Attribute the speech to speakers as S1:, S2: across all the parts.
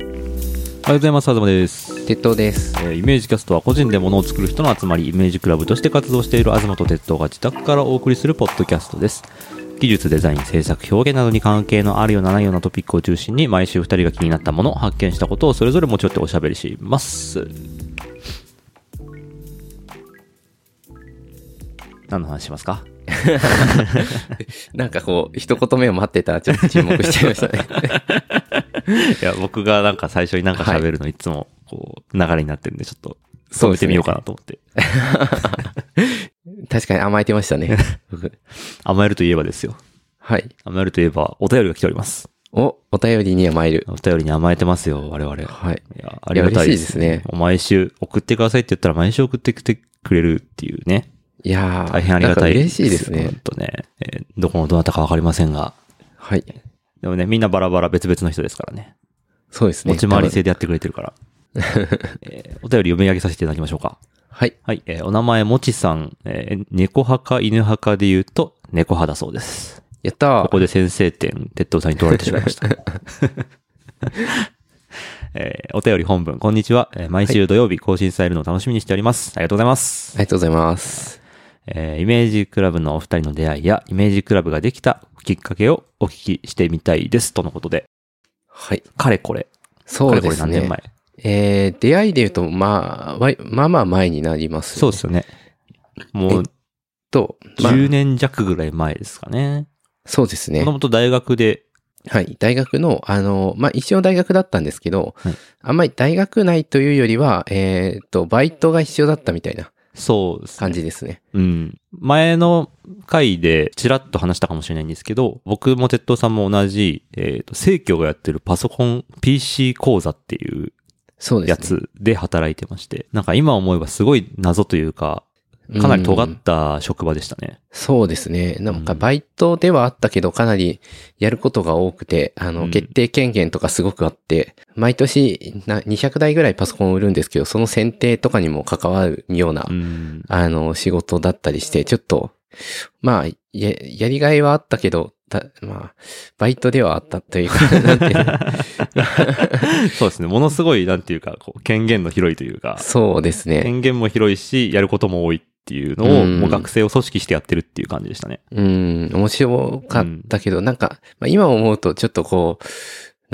S1: おはようございます。あずまです。
S2: 鉄塔です。
S1: えーイメージキャストは個人で物を作る人の集まり、イメージクラブとして活動している東と鉄道が自宅からお送りするポッドキャストです。技術、デザイン、制作、表現などに関係のあるようなないようなトピックを中心に、毎週2人が気になったもの、発見したことをそれぞれ持ち寄っておしゃべりします。何の話しますか
S2: なんかこう、一言目を待ってたらちょっと沈黙しちゃいました ね。
S1: いや、僕がなんか最初になんか喋るのいつも、こう、流れになってるんで、ちょっと、止めてみようかなと思って。
S2: 確かに甘えてました ね。
S1: 甘えるといえばですよ。
S2: はい。
S1: 甘えるといえば、お便りが来ております。
S2: お、お便りには参る。
S1: お便りに甘えてますよ、我々。い
S2: はい。
S1: や、ありがたい
S2: いや嬉しい
S1: で
S2: ですす
S1: ね
S2: ね。
S1: 毎週送ってくださいって言ったら、毎週送ってきてくれるっていうね。
S2: いやー
S1: 大変ありがたい
S2: なんか嬉しいです
S1: 本
S2: ね。
S1: 当ね、えーどこのどなたかわかりませんが。
S2: はい。
S1: でもね、みんなバラバラ別々の人ですからね。
S2: そうですね。
S1: 持ち回り制でやってくれてるから。えーお便り読み上げさせていただきましょうか。
S2: はい。
S1: はい、えーお名前、もちさん。えー猫派か犬派かで言うと、猫派だそうです。
S2: やったー
S1: ここで先制点、鉄道さんに取られてしまいま した。えーお便り本文、こんにちは。えー毎週土曜日更新されるのを楽しみにしております。ありがとうございます
S2: あ。りがとうございます。
S1: えーイメージクラブのお二人の出会いや、イメージクラブができたきっかけをお聞きしてみたいです。とのことで、
S2: はい。
S1: かれこれ。
S2: そ
S1: かれ
S2: う
S1: こ
S2: で
S1: れ
S2: す
S1: 何年
S2: ね。
S1: 前
S2: えー、出会いで言うと、まあ、わいまあまあ前になります、
S1: そうですよね。もう、
S2: と、まあ、
S1: 10年弱ぐらい前ですかね。
S2: そうですね
S1: もと。もと大学で、
S2: はい。大学の、あの、まあ、一応大学だったんですけど、
S1: はい
S2: あんまり大学内というよりは、えっ、と、バイトが必要だったみたいな
S1: そうですね
S2: 感じですね。
S1: うん。前の回でちらっと話したかもしれないんですけど、僕も鉄道さんも同じ、えっ、と、生協がやってるパソコン PC 講座っていう
S2: そうで
S1: や
S2: すね。
S1: つで働いてまして、なんか今思えばすごい謎というか、かなり尖
S2: う
S1: っ
S2: ん
S1: た職場でしたね。
S2: そうですね。なん
S1: う
S2: か
S1: ん
S2: バイトではあったけど、かなりやることが多くて、あ
S1: う
S2: の、
S1: ん
S2: 決定権限とかすごくあって、毎年な200台ぐらいパソコンを売るんですけど、その選定とかにも関わるような、
S1: うん。
S2: あの、仕事だったりして、ちょっと、まあ、や、やりがいはあったけど、たまあ、バイトではあったとい うか、なんていうの
S1: そうですね。ものすごい、なんていうか、こう、権限の広いというか、
S2: そうですね。
S1: 権限も広いし、やることも多いっていうのを、
S2: うん
S1: もう学生を組織してやってるっていう感じでしたね。
S2: うん、面白かったけど、なんか、まあ、今思うとちょっとこう、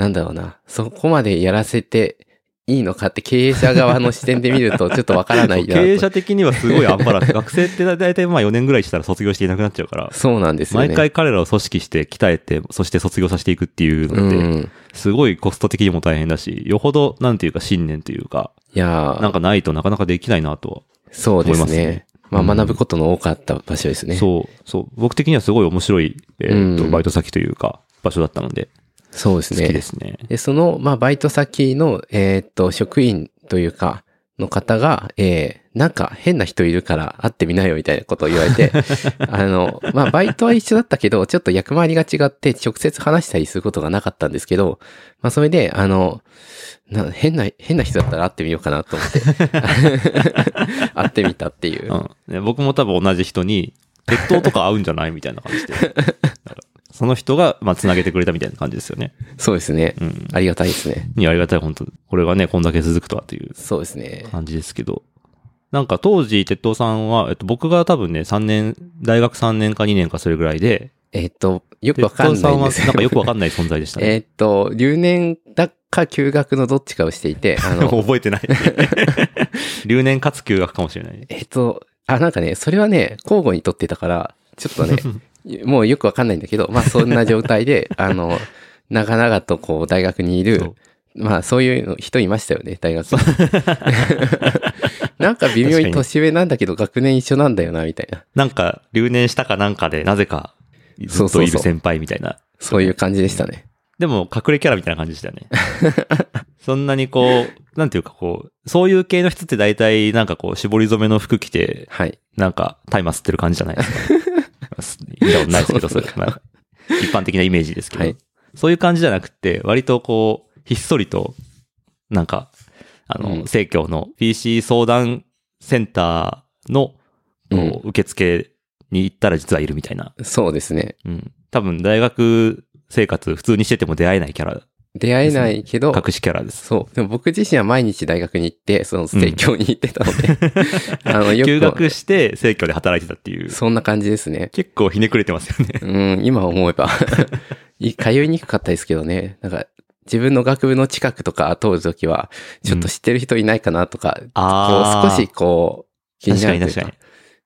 S2: なんだろうな、そこまでやらせていいのかって経営者側の視点で見 るとちょっとわからな
S1: そ
S2: いうなと
S1: 経営者的にはすごいアンバランス。学生って大体まあ4年ぐらいしたら卒業していなくなっちゃうから、
S2: そうなんですよね。
S1: 毎回彼らを組織して鍛えて、そして卒業させていくっていう
S2: う
S1: のって、
S2: ん。
S1: すごいコスト的にも大変だし、よほど、なんていうか信念というか、
S2: いや
S1: なん
S2: ー、
S1: かないとなかなかできないなと
S2: そうです
S1: 思いますね
S2: ね。まあ、学ぶことの多かった場所です
S1: は。
S2: ね。そう
S1: そう、そう。僕的にはすごい面白い、えーっと、
S2: うん
S1: バイト先というか、場所だったので、
S2: です
S1: 好
S2: ね。
S1: きですね。
S2: で、その、まあ、バイト先の、えーっと、職員というか、の方が、えー、なんか変な人いるから会ってみなよみたいなことを言わ れて、あの、まあ、バイトは一緒だったけど、ちょっと役回りが違って直接話したりすることがなかったんですけど、まあ、それで、あの、な変な、変な人だったら会ってみようかなと 思って、会ってみたっていう
S1: う。んね。僕も多分同じ人に、鉄塔とか合うんじゃないみたいな感じ で。だからその人が、まあ、繋げてくれたみたいな感じですよね。
S2: そうですね。
S1: うん。
S2: ありがたいですね。
S1: いや、ありがたい、本当これがね、こんだけ続くとはという
S2: そうですね。
S1: 感じですけど。なんか当時、鉄塔さんは、えっと、僕が多分ね、3年、大学3年か2年かそれぐらいで、
S2: えーっと、よく
S1: 鉄
S2: わか
S1: 塔
S2: ん
S1: さ
S2: ない
S1: ん
S2: ん
S1: は
S2: です
S1: なんかよくわかんない存在でしたね。
S2: えーっと、留年だか休学のどっちかをして いて、あの、
S1: 覚えてない。留年かつ休学かもしれない。
S2: えーっと、あ、なんかね、それはね、交互に取ってたから、ちょっとね、 もうよくわかんないんだけど、まあそんな状態で、あの、長々とこう大学にい
S1: そ
S2: る
S1: う、
S2: まあそういう人いましたよね、大学に。 なんか微妙に年上なんだけど、学年一緒なんだよな、みたいな。
S1: なんか、留年したかなんかで、なぜか、ず
S2: そ
S1: っと
S2: うそうそう
S1: いる先輩みたいな。
S2: そういう感じでしたね。
S1: でも、隠れキャラみたいな感じでしたよね。 そんなにこう、なんていうかこう、そういう系の人って大体、なんかこう、絞り染めの服着て、
S2: はい。
S1: なんか、タイマ吸ってる感じじゃないです か。見たことないですけど、そ
S2: そう
S1: れ。まあ一般的なイメージですけど、
S2: はい
S1: そういう感じじゃなくて、割とこう、ひっそりと、なんか、あの、
S2: うん
S1: 生協の PC 相談センターの、こう受付に行ったら実はいるみたいな。
S2: そうですね。
S1: うん。多分、大学生活普通にしてても出会えないキャラ
S2: 出会えないけど、
S1: 隠しキャラです。
S2: そう。でも僕自身は毎日大学に行って、その生協に行ってたので、あの、
S1: 休
S2: よく、
S1: 学して、生協で働いてたっていう。
S2: そんな感じですね。
S1: 結構ひねくれてますよ ね。
S2: うん、今思えば、 い通いにくかったですけどね。なんか、自分の学部の近くとか通るときは、ちょっと知ってる人いないかなとか、こう少しこう、気に
S1: 確か
S2: な
S1: に
S2: るとい
S1: 確
S2: う
S1: か
S2: か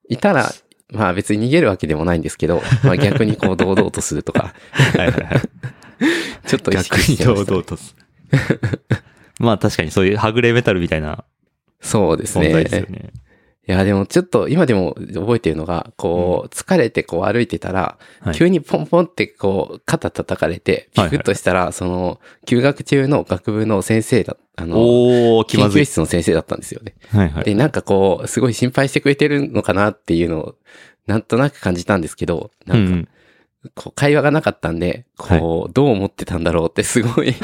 S1: に。
S2: いたら、まあ別に逃げるわけでもないんですけど、まあ逆にこう堂々とする とか、
S1: はいはいはい。
S2: ちょっと意
S1: 逆
S2: 識
S1: に
S2: してま
S1: 堂
S2: したね、
S1: 々とする。 まあ確かにそういうはぐれメタルみたいな
S2: そうです
S1: 存
S2: ね。
S1: 在ですよね。
S2: いや、でもちょっと今でも覚えてるのが、こう、疲れてこう歩いてたら、
S1: はい
S2: 急にポンポンってこう、肩叩かれて、ピ
S1: はいはい
S2: クッとしたら、その、休学中の学部の先生だ、あの、
S1: おー、気ま
S2: 研
S1: ず
S2: 究
S1: い。
S2: 室の先生だったんですよね。
S1: はいはい。
S2: で、なんかこう、すごい心配してくれてるのかなっていうのを、なんとなく感じたんですけど、
S1: う
S2: なんか、
S1: ん
S2: こう、会話がなかったんで、こう、どう思ってたんだろうってすごい、
S1: うん。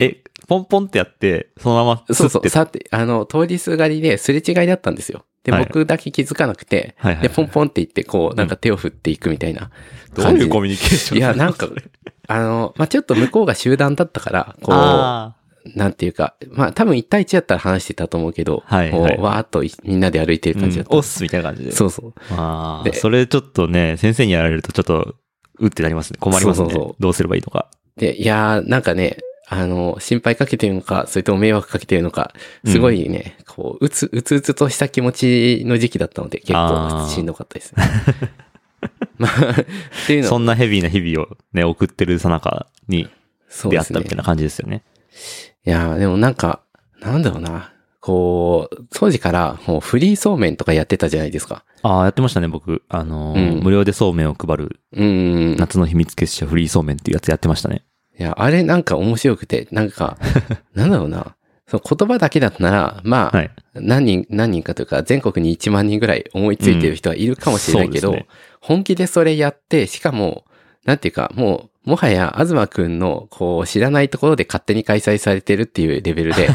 S1: え、ポンポンってやって、 そのまま、
S2: そうそ
S1: っ
S2: う、
S1: て。
S2: さて、あの、通りすがりですれ違いだったんですよ。で、
S1: はい
S2: 僕だけ気づかなくて、
S1: はいはいはい
S2: で、ポンポンって言って、こう、なんか手を振っていくみたいな
S1: どう
S2: 感
S1: い
S2: じで。
S1: うコミュニケーション
S2: いや、なんか、あの、まあ、ちょっと向こうが集団だったから、こう、
S1: あ
S2: なんていうか、まあ、多分1対1だったら話してたと思うけど、
S1: はいはい
S2: こう、わーっといみんなで歩いて
S1: ー
S2: る感じだ
S1: う
S2: っ
S1: ん
S2: た。
S1: おっすみたいな感じで。
S2: そうそう。
S1: ああ、
S2: で
S1: それちょっとね、先生にやられるとちょっと、うってなりますね。困りますね。
S2: そうそうそう
S1: どうすればいいのか。
S2: で、いやー、なんかね、あの、心配かけてるのか、それとも迷惑かけてるのか、すごいね、こう、うつ、うつうつとした気持ちの時期だったので、結
S1: あ
S2: 構
S1: ー
S2: しんどかったですね。 まあ、っていうの
S1: そ
S2: は、
S1: んなヘビーな日々をね、送ってるさなかに
S2: そう
S1: 出
S2: で
S1: 会っ
S2: す
S1: た
S2: ね。
S1: みたいな感じですよね。
S2: いやー、でもなんか、なんだろうな、こう、当時からもうフリーそうめんとかやってたじゃないですか。
S1: ああ、やってましたね、僕。あのー
S2: うん
S1: 無料でそうめんを配る、
S2: うーん。
S1: 夏の秘密結社フリーそうめんっていうやつやってましたね。
S2: いや、あれなんか面白くて、なん か、なんだろうな、その言葉だけだったなら、まあ、
S1: はい。
S2: 何人、何人かというか、全国に1万人ぐらい思いついてる人はいるかもしれないけど、
S1: うんそうです
S2: 本気でそれやって、しかも、なんていうか、もう、もはや、東くんの、こう、知らないところで勝手に開催されてるっていうレベルで、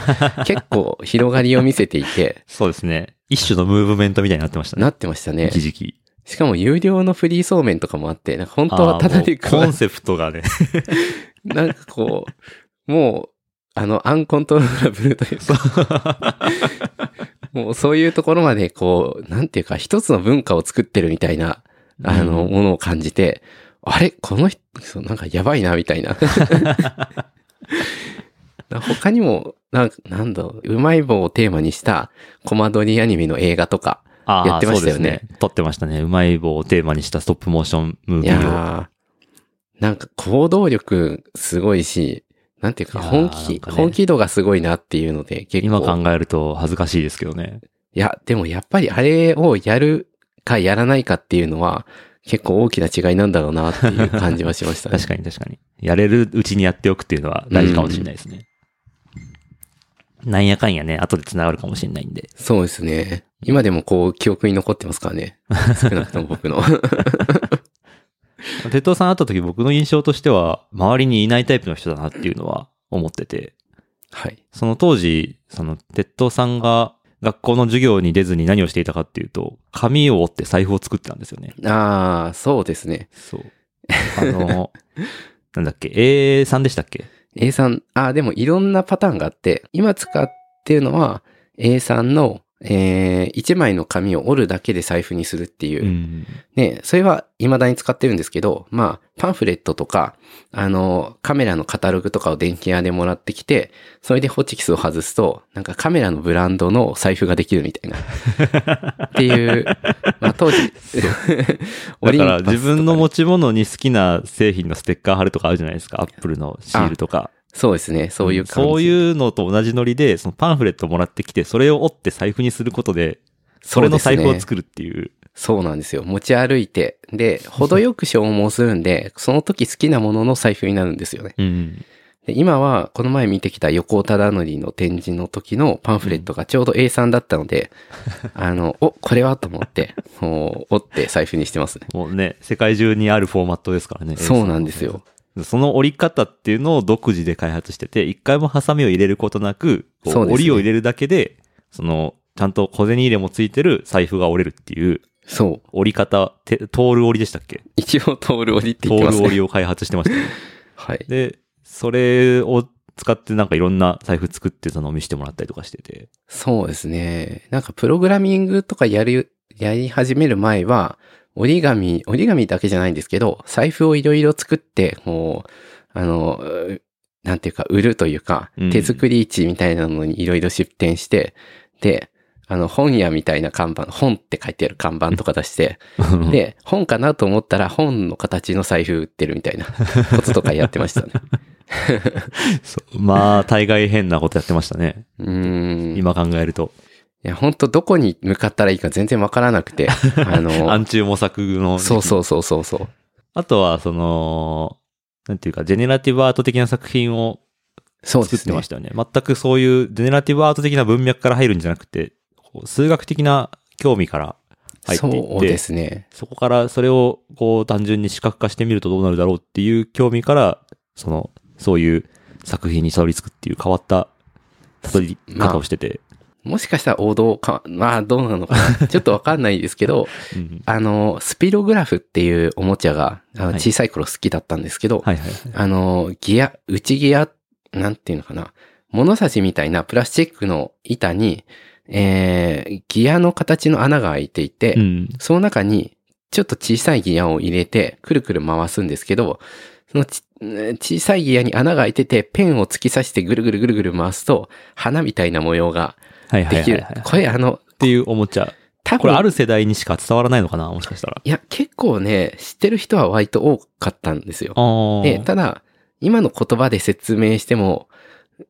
S2: 結構広がりを見せていて、
S1: そうですね。一種のムーブメントみたいになってましたね。
S2: なってまし たね
S1: 一。時期。
S2: しかも、有料のフリーそうめんとかもあって、なんか本当
S1: あー
S2: はただで
S1: もう
S2: 食わ
S1: コンセプトがね、
S2: なんかこう、もう、あの、アンコントローラブルというか、もうそういうところまでこう、なんていうか、一つの文化を作ってるみたいな、あの、
S1: う
S2: ものを感じて、あれこの人、そうなんかやばいな、みたいな。他にも、なんかなんだろう、うまい棒をテーマにした、コマ撮りアニメの映画とか、
S1: あー
S2: やってましたよね
S1: そうです撮ってましたね。うまい棒をテーマにしたストップモーションムー
S2: い
S1: ビーを。
S2: やーなんか行動力すごいし、なんていうか
S1: いやー
S2: 本
S1: なん
S2: 気、
S1: かね
S2: 本気度がすごいなっていうので結
S1: 今
S2: 構。
S1: 考えると恥ずかしいですけどね。
S2: いや、でもやっぱりあれをやるかやらないかっていうのは結構大きな違いなんだろうなっていう感じはしましたね。
S1: 確かに確かに。やれるうちにやっておくっていうのは大事かもしれないですね。なんやかんやね、後で繋がるかもしれないんで。
S2: そうですね。今でもこう記憶に残ってますからね。少なくとも僕の。
S1: 鉄道さん会った時僕の印象としては、周りにいないタイプの人だなっていうのは思ってて、
S2: はい。
S1: その当時、その鉄道さんが学校の授業に出ずに何をしていたかっていうと、紙を折って財布を作ってたんですよね。
S2: ああ、そうですね。
S1: そう。あの、 なんだっけ、A さんでしたっけ
S2: A さん、ああ、でもいろんなパターンがあって、今使ってるのは A さんの、えー、1枚の紙を折るだけで財布にするっていう。
S1: ん。
S2: ね、それは未だに使ってるんですけど、まあ、パンフレットとか、あの、カメラのカタログとかを電気屋でもらってきて、それでホチキスを外すと、なんかカメラのブランドの財布ができるみたいな。っていう、まあ当時、
S1: だから自分の
S2: も、
S1: 持ち物に好きな製品のステッカー貼るとかあるじゃないですか。アップルのシールとか。
S2: そうですね、そういう感じ。
S1: そういうのと同じノリで、そのパンフレットもらってきて、それを折って財布にすることで、それの財布
S2: そう
S1: を
S2: ですね
S1: 作るっていう。
S2: そうなんですよ。持ち歩いて。で、程よく消耗する んで、その時好きなものの財布になるんですよね。
S1: うん。
S2: で今は、この前見てきた横尾忠則の展示の時のパンフレットがちょうど A さんだったので、あの、お、これはと思って、 もう折って財布にしてますね。
S1: もうね、世界中にあるフォーマットですからね。
S2: そうなんですよ。
S1: その折り方っていうのを独自で開発してて、一回もハサミを入れることなく、こう
S2: そうですね
S1: 折りを入れるだけで、その、ちゃんと小銭入れもついてる財布が折れるっていう、
S2: そう。
S1: 折り方、てトール折りでしたっけ
S2: 一応、通る折りって
S1: ト
S2: 言って
S1: ー
S2: ます
S1: ル折
S2: ね。
S1: りを開発してましたね。
S2: はい。
S1: で、それを使ってなんかいろんな財布作ってたのを見せてもらったりとかしてて。
S2: そうですね。なんかプログラミングとかやる、やり始める前は、折り紙、折り紙だけじゃないんですけど、財布をいろいろ作って、もう、あの、うなんていうか、売るというか
S1: うん、
S2: 手作り市みたいなのにいろいろ出店して、で、あの、本屋みたいな看板、本って書いてある看板とか出して、で、本かなと思ったら本の形の財布売ってるみたいなこととかやってましたね。
S1: そうまあ、大概変なことやってましたね。
S2: うーん。
S1: 今考えると。
S2: いや、本当どこに向かったらいいか全然わからなくて、あの、
S1: 暗中模索の。
S2: そうそうそうそうそう。
S1: あとは、その、なんていうか、ジェネラティブアート的な作品を
S2: そうで
S1: 作っ
S2: す
S1: て
S2: ね
S1: まし。たよね。全くそういうジェネラティブアート的な文脈から入るんじゃなくて、こう数学的な興味から入っていって、
S2: そうですね。
S1: そこからそれをこう単純に視覚化してみるとどうなるだろうっていう興味から、その、そういう作品にたどり着くっていう変わったたどり方をしてて、
S2: もしかしたら王道か、まあどうなのかな。 ちょっとわかんないですけど、
S1: うん
S2: あの、スピログラフっていうおもちゃが、あの
S1: はい
S2: 小さい頃好きだったんですけど、
S1: はいはい。
S2: あの、ギア、内ギア、なんていうのかな。物差しみたいなプラスチックの板に、えー、ギアの形の穴が開いていて、
S1: うん。
S2: その中に、ちょっと小さいギアを入れて、くるくる回すんですけど、そのちうん小さいギアに穴が開いてて、ペンを突き刺してぐるぐるぐるぐる回すと、花みたいな模様が
S1: はいはい
S2: で
S1: はい
S2: き
S1: はい
S2: る
S1: はい。。っ
S2: これあの、
S1: ていうおもちゃ。
S2: 多
S1: これあ
S2: 分、
S1: る世代にしか伝わらないのかなもしかしたら。
S2: いや、結構ね、知ってる人は割と多かったんですよ。
S1: あー
S2: で、ただ、今の言葉で説明しても、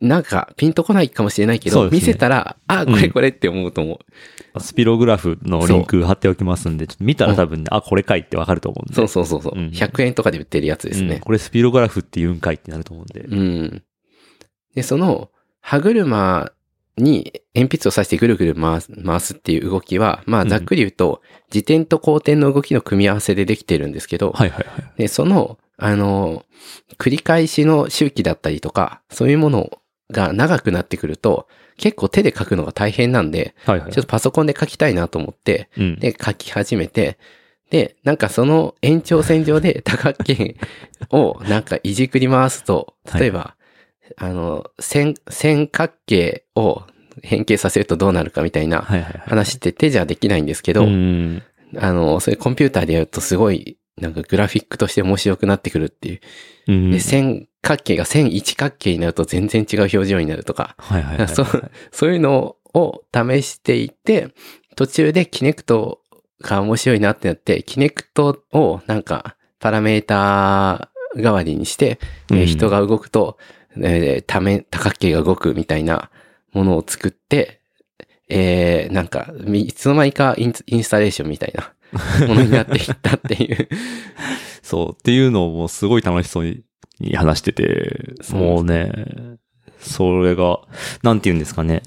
S2: なんか、ピンとこないかもしれないけ
S1: そ
S2: ど、
S1: うですね
S2: 見せたら、あ、これこれって思うと思う。
S1: スピログラフのリンク貼っておきますんで、ちょっと見たら多分ね、あ、これかいってわかると思うんで。
S2: そうそうそうそう。
S1: うん
S2: 100円とかで売ってるやつです
S1: うん
S2: ね。
S1: これスピログラフって言うんかいってなると思うんで。
S2: うん。で、その、歯車に鉛筆を刺してぐるぐる回す回すっていう動きは、ま
S1: う
S2: あ、
S1: ん
S2: ざっくり言うと、自転と後転の動きの組み合わせでできてるんですけど、
S1: はいはいはい。
S2: で、その、あの、繰り返しの周期だったりとか、そういうものが長くなってくると、結構手で書くのが大変なんで、
S1: はいはい。
S2: ちょっとパソコンで書きたいなと思って、
S1: うん、
S2: で、書き始めて、で、なんかその延長線 上で多角形をなんかいじくり回すと、例えば、あの、線、線角形を変形させるとどうなるかみたいな
S1: はいはいはい。
S2: 話って手じゃできないんですけど、
S1: うん。
S2: あの、それコンピューターでやるとすごい、なんかグラフィックとして面白くなってくるっていう。
S1: うん
S2: で、線角形が線一角形になると全然違う表情になるとか、
S1: はいはいはい。
S2: そうそういうのを試していて、途中でキネクトが面白いなってなって、キネクトをなんかパラメーター代わりにして、えー
S1: うん
S2: 人が動くと、えー多面、多角形が動くみたいなものを作って、えー、なんか、みいつの間にかインインスタレーションみたい なものになっていったっていう。
S1: そう。っていうのをもうすごい楽しそうにに話してて、
S2: そう
S1: もうね、それが、なんて言うんですかね。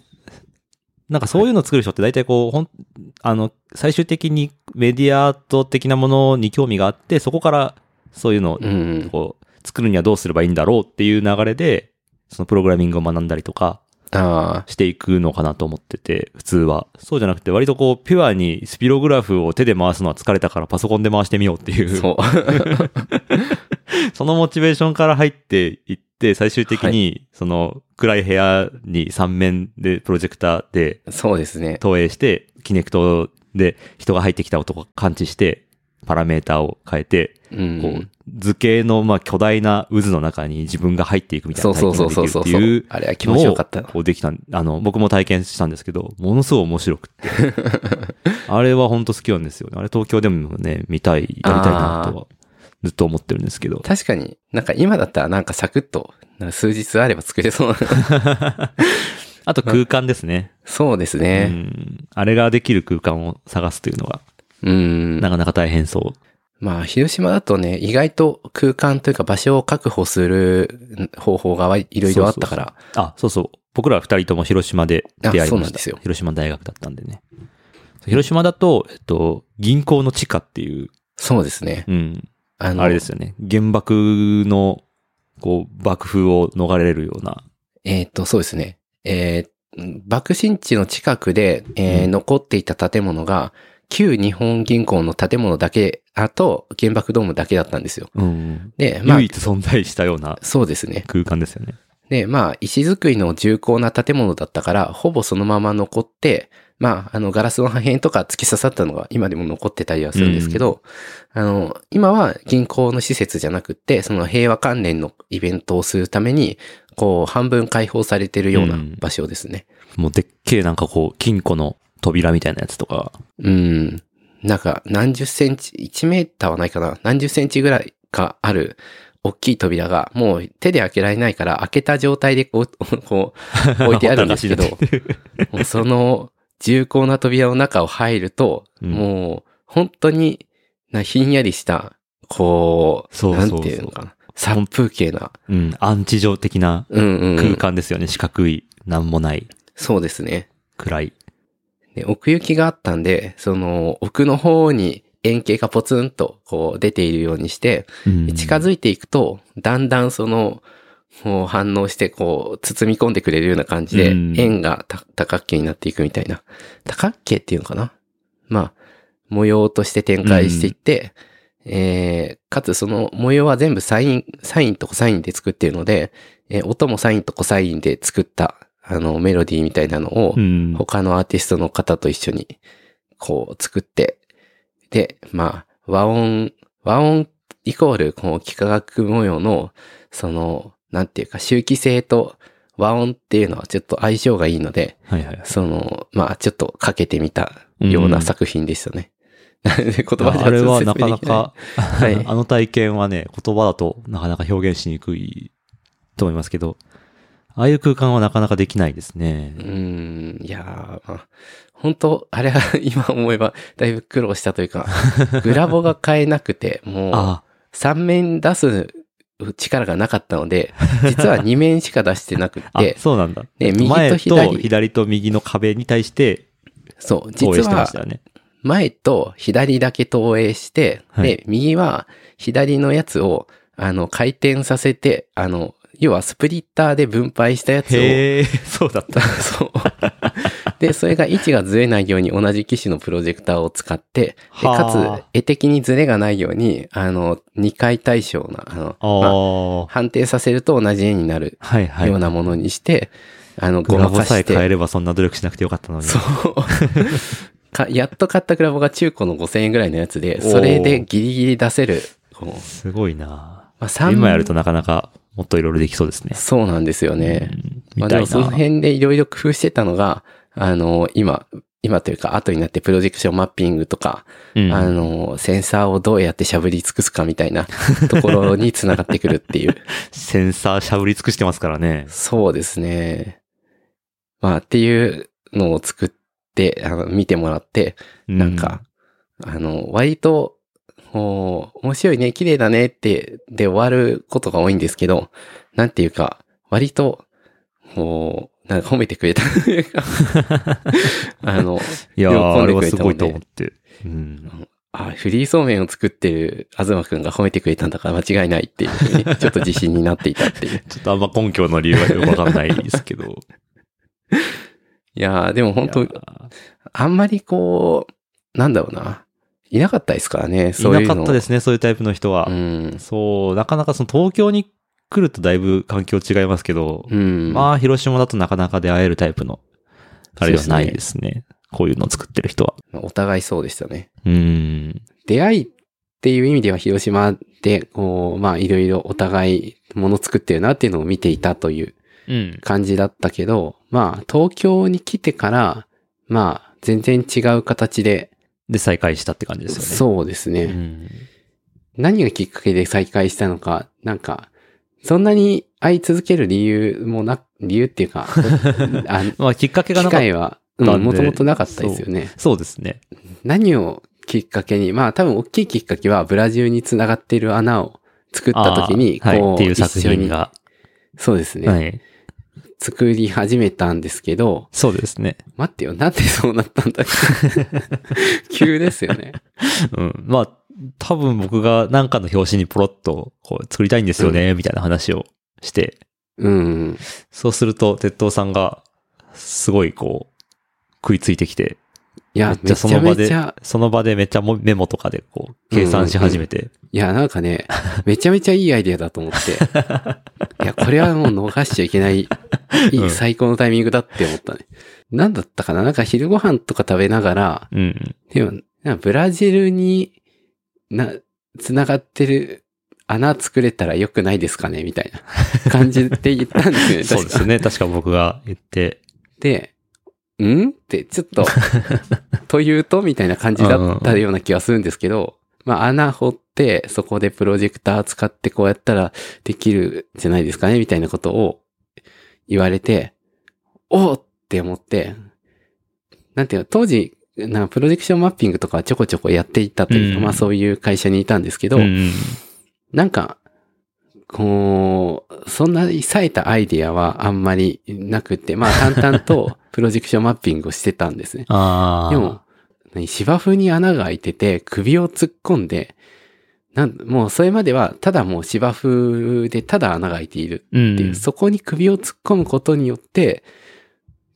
S1: なんかそういうのを作る人って大体こう、ほん、あの、最終的にメディアアート的なものに興味があって、そこからそういうのを
S2: うん。
S1: こう、作るにはどうすればいいんだろうっていう流れで、そのプログラミングを学んだりとか
S2: ああ、
S1: していくのかなと思ってて、普通は。そうじゃなくて、割とこう、ピュアにスピログラフを手で回すのは疲れたからパソコンで回してみようっていう、そ
S2: そう。
S1: のモチベーションから入っていって、最終的に、その、暗い部屋に3面でプロジェクターで
S2: そう ですね。
S1: 投影して、キネクトで人が入ってきた音を感知して、パラメーターを変えて、
S2: う
S1: こ
S2: ん
S1: う。、図形の、まあ、巨大な渦の中に自分が入っていくみたい
S2: そ
S1: な
S2: うそ
S1: 体
S2: うそ
S1: 験ができるっ
S2: うそうそう
S1: ていう
S2: あれは気持ち
S1: の
S2: よ
S1: を、
S2: かったな。
S1: こうできたん、あの、僕も体験したんですけど、ものすごい面白く って。あれは本当好きなんですよね。あれ東京でもね、見たい、やりたいなとは、ずっと思ってるんですけど。
S2: 確かに、なんか今だったらなんかサクッと、なんか数日あれば作れそうな。
S1: あと空間ですね。
S2: そうです
S1: う
S2: ね。
S1: ん。あれができる空間を探すというのが、
S2: うん。
S1: なかなか大変そう。
S2: まあ、広島だとね、意外と空間というか場所を確保する方法がいろいろあったから。
S1: あ、そうそう。僕ら二人とも広島で出会いまし
S2: あ
S1: た。
S2: そうなんですよ
S1: 広島大学だったんでね。広島だと、えっと、銀行の地下っていう、
S2: そうですね。
S1: うん、
S2: あ
S1: あれですよね。原爆の、こう、爆風を逃れるような。
S2: えーっと、そうですね。えー爆心地の近くで、えー
S1: うん
S2: 残っていた建物が、旧日本銀行の建物だけ、あと、原爆ドームだけだったんですよ。
S1: うん。
S2: で、まあ
S1: 唯、一存在したような
S2: そうですね。
S1: 空間ですよね。
S2: で、まあ、石造りの重厚な建物だったから、ほぼそのまま残って、まあ、あの、ガラスの破片とか突き刺さったのが今でも残ってたりはするんですけど、あの、今は銀行の施設じゃなくって、その平和関連のイベントをするために、こう、半分開放されてるような場所ですね。
S1: もうでっけえなんかこう、金庫の扉みたいなやつとか。
S2: うん。なんか、何十センチ、1メーターはないかな。何十センチぐらいかある、大きい扉が、もう手で開けられないから、開けた状態でこう、 こう、置いてあるんで すけど
S1: ほった、らかしになってる
S2: もうその重厚な扉の中を入ると、
S1: うん
S2: もう、本当にな、ひんやりした、こう、
S1: そうそうそう
S2: なんていうのかな。殺風景な。
S1: うん。アンチ上的な
S2: うんうん。
S1: 空間ですよね。四角い、なんもない、
S2: そうですね。
S1: 暗い。
S2: で、奥行きがあったんで、その、奥の方に円形がポツンと、こう、出ているようにして、
S1: うん
S2: 近づいていくと、だんだんその、もう反応して、こう、包み込んでくれるような感じで、
S1: うん
S2: 円がた多角形になっていくみたいな。多角形っていうのかなまあ、模様として展開していって、えー、かつその模様は全部サイン、サインとコサインで作っているので、えー音もサインとコサインで作った、あの、メロディーみたいなのを、
S1: うん。
S2: 他のアーティストの方と一緒に、こう作って、で、まあ、和音、和音イコール、この幾何学模様の、その、なんていうか、周期性と和音っていうのはちょっと相性がいいので、
S1: はいはい。
S2: その、まあ、ちょっとかけてみたよう
S1: う
S2: なん作品でしたね。 なんで言葉では
S1: あれは
S2: 説明
S1: な
S2: でき
S1: かなか、
S2: い はい
S1: あの体験はね、言葉だとなかなか表現しにくいと思いますけど、ああいう空間はなかなかできないですね。
S2: うーん、いやー、まあ、本当あれは今思えばだいぶ苦労した というか、グラボが買えなくて、もう、
S1: あ
S2: 3面出す力がなかったので、実は2面しか出してなく
S1: あ、あ
S2: て、
S1: そうなんだ。
S2: ね右と
S1: 前
S2: 左
S1: と左と右の壁に対して
S2: そう、
S1: 投
S2: 実
S1: 影してま
S2: は
S1: したよね。
S2: 前と左だけ投影して、
S1: はい
S2: で、右は左のやつを、あの、回転させて、あの、要はスプリッターで分配したやつを、
S1: へえ、 そうだった。
S2: そう。で、それが位置がずれないように同じ機種のプロジェクターを使って、で
S1: は
S2: か
S1: あ
S2: つ、絵的にずれがないように、あの、2回対称な、あの、
S1: あ
S2: まあ
S1: あ、は
S2: 判定させると同じ絵になる
S1: いはい
S2: よう。なものにして、あの、
S1: グ
S2: ご
S1: ラ
S2: ま
S1: ボ
S2: か
S1: さえ
S2: して。
S1: 変えればそんな努力しなくてよかったのに。
S2: そう。 か、やっと買ったグラボが中古の5000円ぐらいのやつで、それでギリギリ出せる。こう
S1: すごいな
S2: まあ、3
S1: 今やるとなかなかもっといろいろできそうですね。
S2: そうなんですよね。
S1: うん
S2: ま
S1: み
S2: あで
S1: たい
S2: もその
S1: な。
S2: 辺でいろいろ工夫してたのが、あの、今、今というか後になってプロジェクションマッピングとか、
S1: うん
S2: あの、センサーをどうやってしゃぶり尽くすかみた いなところにつながってくるっていう。
S1: センサーしゃぶり尽くしてますからね。
S2: そうですね。まあっていうのを作って、あの、見てもらって、なんか、あの、割と、こう面白いね、綺麗だねって、で終わることが多いんですけど、なんていうか、割と、こう、なんか褒めてくれたというか、あの、
S1: いやー、
S2: 喜
S1: あれ
S2: んでく
S1: は
S2: れ
S1: す
S2: た
S1: ご
S2: もん
S1: いと
S2: で
S1: 思って。うん。
S2: あ、フリーそうめんを作ってる東くんが褒めてくれたんだから間違いないっていうふうに、ちょっと自信になっていたって いう。
S1: ちょっとあんま根拠の理由はよくわかんないですけど。
S2: いやー、でも 本当
S1: いや
S2: あんまりこう、なんだろうな。いなかったですからね、そう
S1: ー
S2: い
S1: いうな
S2: の。
S1: かったですね、そういうタイプの人は
S2: う。ん。
S1: そう、なかなかその東京に来るとだいぶ環境違いますけど、
S2: うん。
S1: まあ、広島だとなかなか出会えるタイプの、あれではないですね。こういうのを作ってる人は。
S2: お互いそうでしたね。
S1: うん。
S2: 出会いっていう意味では広島で、こう、まあいろいろお互いもの作ってるなっていうのを見ていたという
S1: うん。
S2: 感じだったけど、まあ東京に来てから、まあ全然違う形で、
S1: で、再開したって感じですよね。
S2: そうですね。
S1: うん
S2: 何がきっかけで再開したのか、なんか、そんなに会い続ける理由もな、理由っていう か、あ
S1: まあ、きっかけが
S2: 機
S1: なかっ
S2: 会は、
S1: なかったんで
S2: もともとなかったですよね。
S1: た。そうですね。
S2: 何をきっかけに、まあ多分大きいきっかけはブラジルにつながっている穴を作った時に、
S1: あーはい。
S2: こ
S1: っ
S2: う、
S1: ていう作
S2: 一緒
S1: 品
S2: に、
S1: が。
S2: そうですね、
S1: はい。
S2: 作り始めたんですけど、
S1: そうですね。
S2: 待ってよ、なんでそうなったんだっ け急ですよね。
S1: うん。まあ、多分僕がなんかの表紙にポロッと、こう、作りたいんですよね、みたいな話をして、
S2: うん。
S1: そうすると、鉄道さんが、すごい、こう、食いついてきて、
S2: いいや、
S1: めっち
S2: め
S1: ゃそ
S2: ちゃ
S1: の場
S2: め
S1: で
S2: ちゃ、、
S1: その場でめっちゃもメモとかでこう、計算し始めて。
S2: いや、なんかね、めちゃめちゃいいアイデアだと思って。いや、これはもう逃しちゃいけない、 い
S1: うん
S2: い最高のタイミングだって思ったね。なんだったかななんか昼ご飯とか食べながら、
S1: うん。
S2: でも、なんかブラジルに、な、繋がってる穴作れたら良くないですかねみたいな感じで言ったんですよ ね。
S1: そうで
S2: 確
S1: す
S2: か
S1: ね。確か僕が言って。
S2: で、んって、ちょっと、というとみたいな感じだったような気がするんですけど、まあ穴掘って、そこでプロジェクター使ってこうやったらできるじゃないですかねみたいなことを言われて、おーって思って、なんていうの、当時、なんかプロジェクションマッピングとかはちょこちょこやっていたというか、
S1: うん
S2: まあそういう会社にいたんですけど、
S1: うん
S2: なんか、こう、そんなに冴えたアイディアはあんまりなくて、まあ淡々と プロジェクションマッピングをしてたんですね。
S1: ああ。
S2: でも、何芝生に穴が開いてて首を突っ込んで、なんもうそれまではただもう芝生でただ穴が開いている
S1: うん、
S2: っていう、そこに首を突っ込むことによって、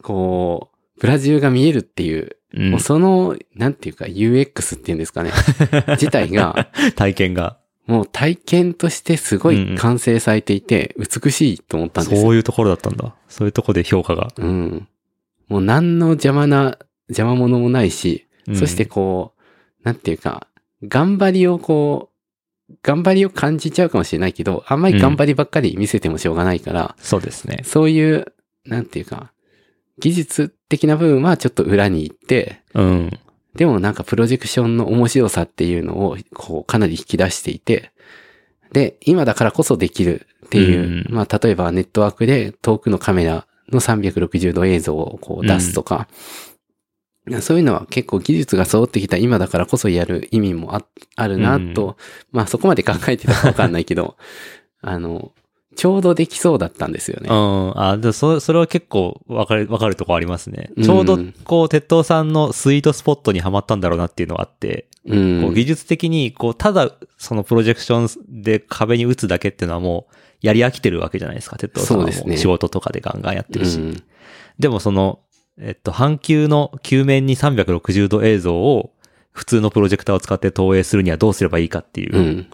S2: こう、ブラジルが見えるっていう、
S1: うん
S2: もうその、なんていうか UX っていうんです かね、自体が、
S1: 体験が。
S2: もう体験としてすごい完成されていて、美しいと思ったんです
S1: そ
S2: よ。
S1: ういうところだったんだ。そういうところで評価が。
S2: うん。もう何の邪魔な、邪魔者もないし、
S1: うん
S2: そして、こう、なんていうか、頑張りをこう、頑張りを感じちゃうかもしれないけど、あんまり頑張りばっかり見せてもしょうがないから、
S1: そうですね。
S2: そういう、なんていうか、技術的な部分はちょっと裏に行って、
S1: うん。
S2: でもなんかプロジェクションの面白さっていうのをこうかなり引き出していて、で、今だからこそできるっていう、
S1: うん
S2: まあ例えばネットワークで遠くのカメラの360度映像をこう出すとか、そういうのは結構技術が揃ってきた今だからこそやる意味もああるなと、まあそこまで考えてたかわかんないけど、 あの、ちょうどできそうだったんですよね。
S1: うん。あ、でそ、それは結構分かる、分かるとこありますね。
S2: うん
S1: ちょうど、こう、鉄道さんのスイートスポットにはまったんだろうなっていうのがあって、
S2: う。
S1: こうん技術的に、こう、ただ、そのプロジェクションで壁に打つだけっていうのはもう、やり飽きてるわけじゃないですか、鉄道さんは
S2: そうです
S1: もう
S2: ね
S1: 仕事とかでガンガンやってるし。
S2: うん
S1: でもその、えっと、半球の球面に360度映像を普通のプロジェクターを使って投影するにはどうすればいいかっていう、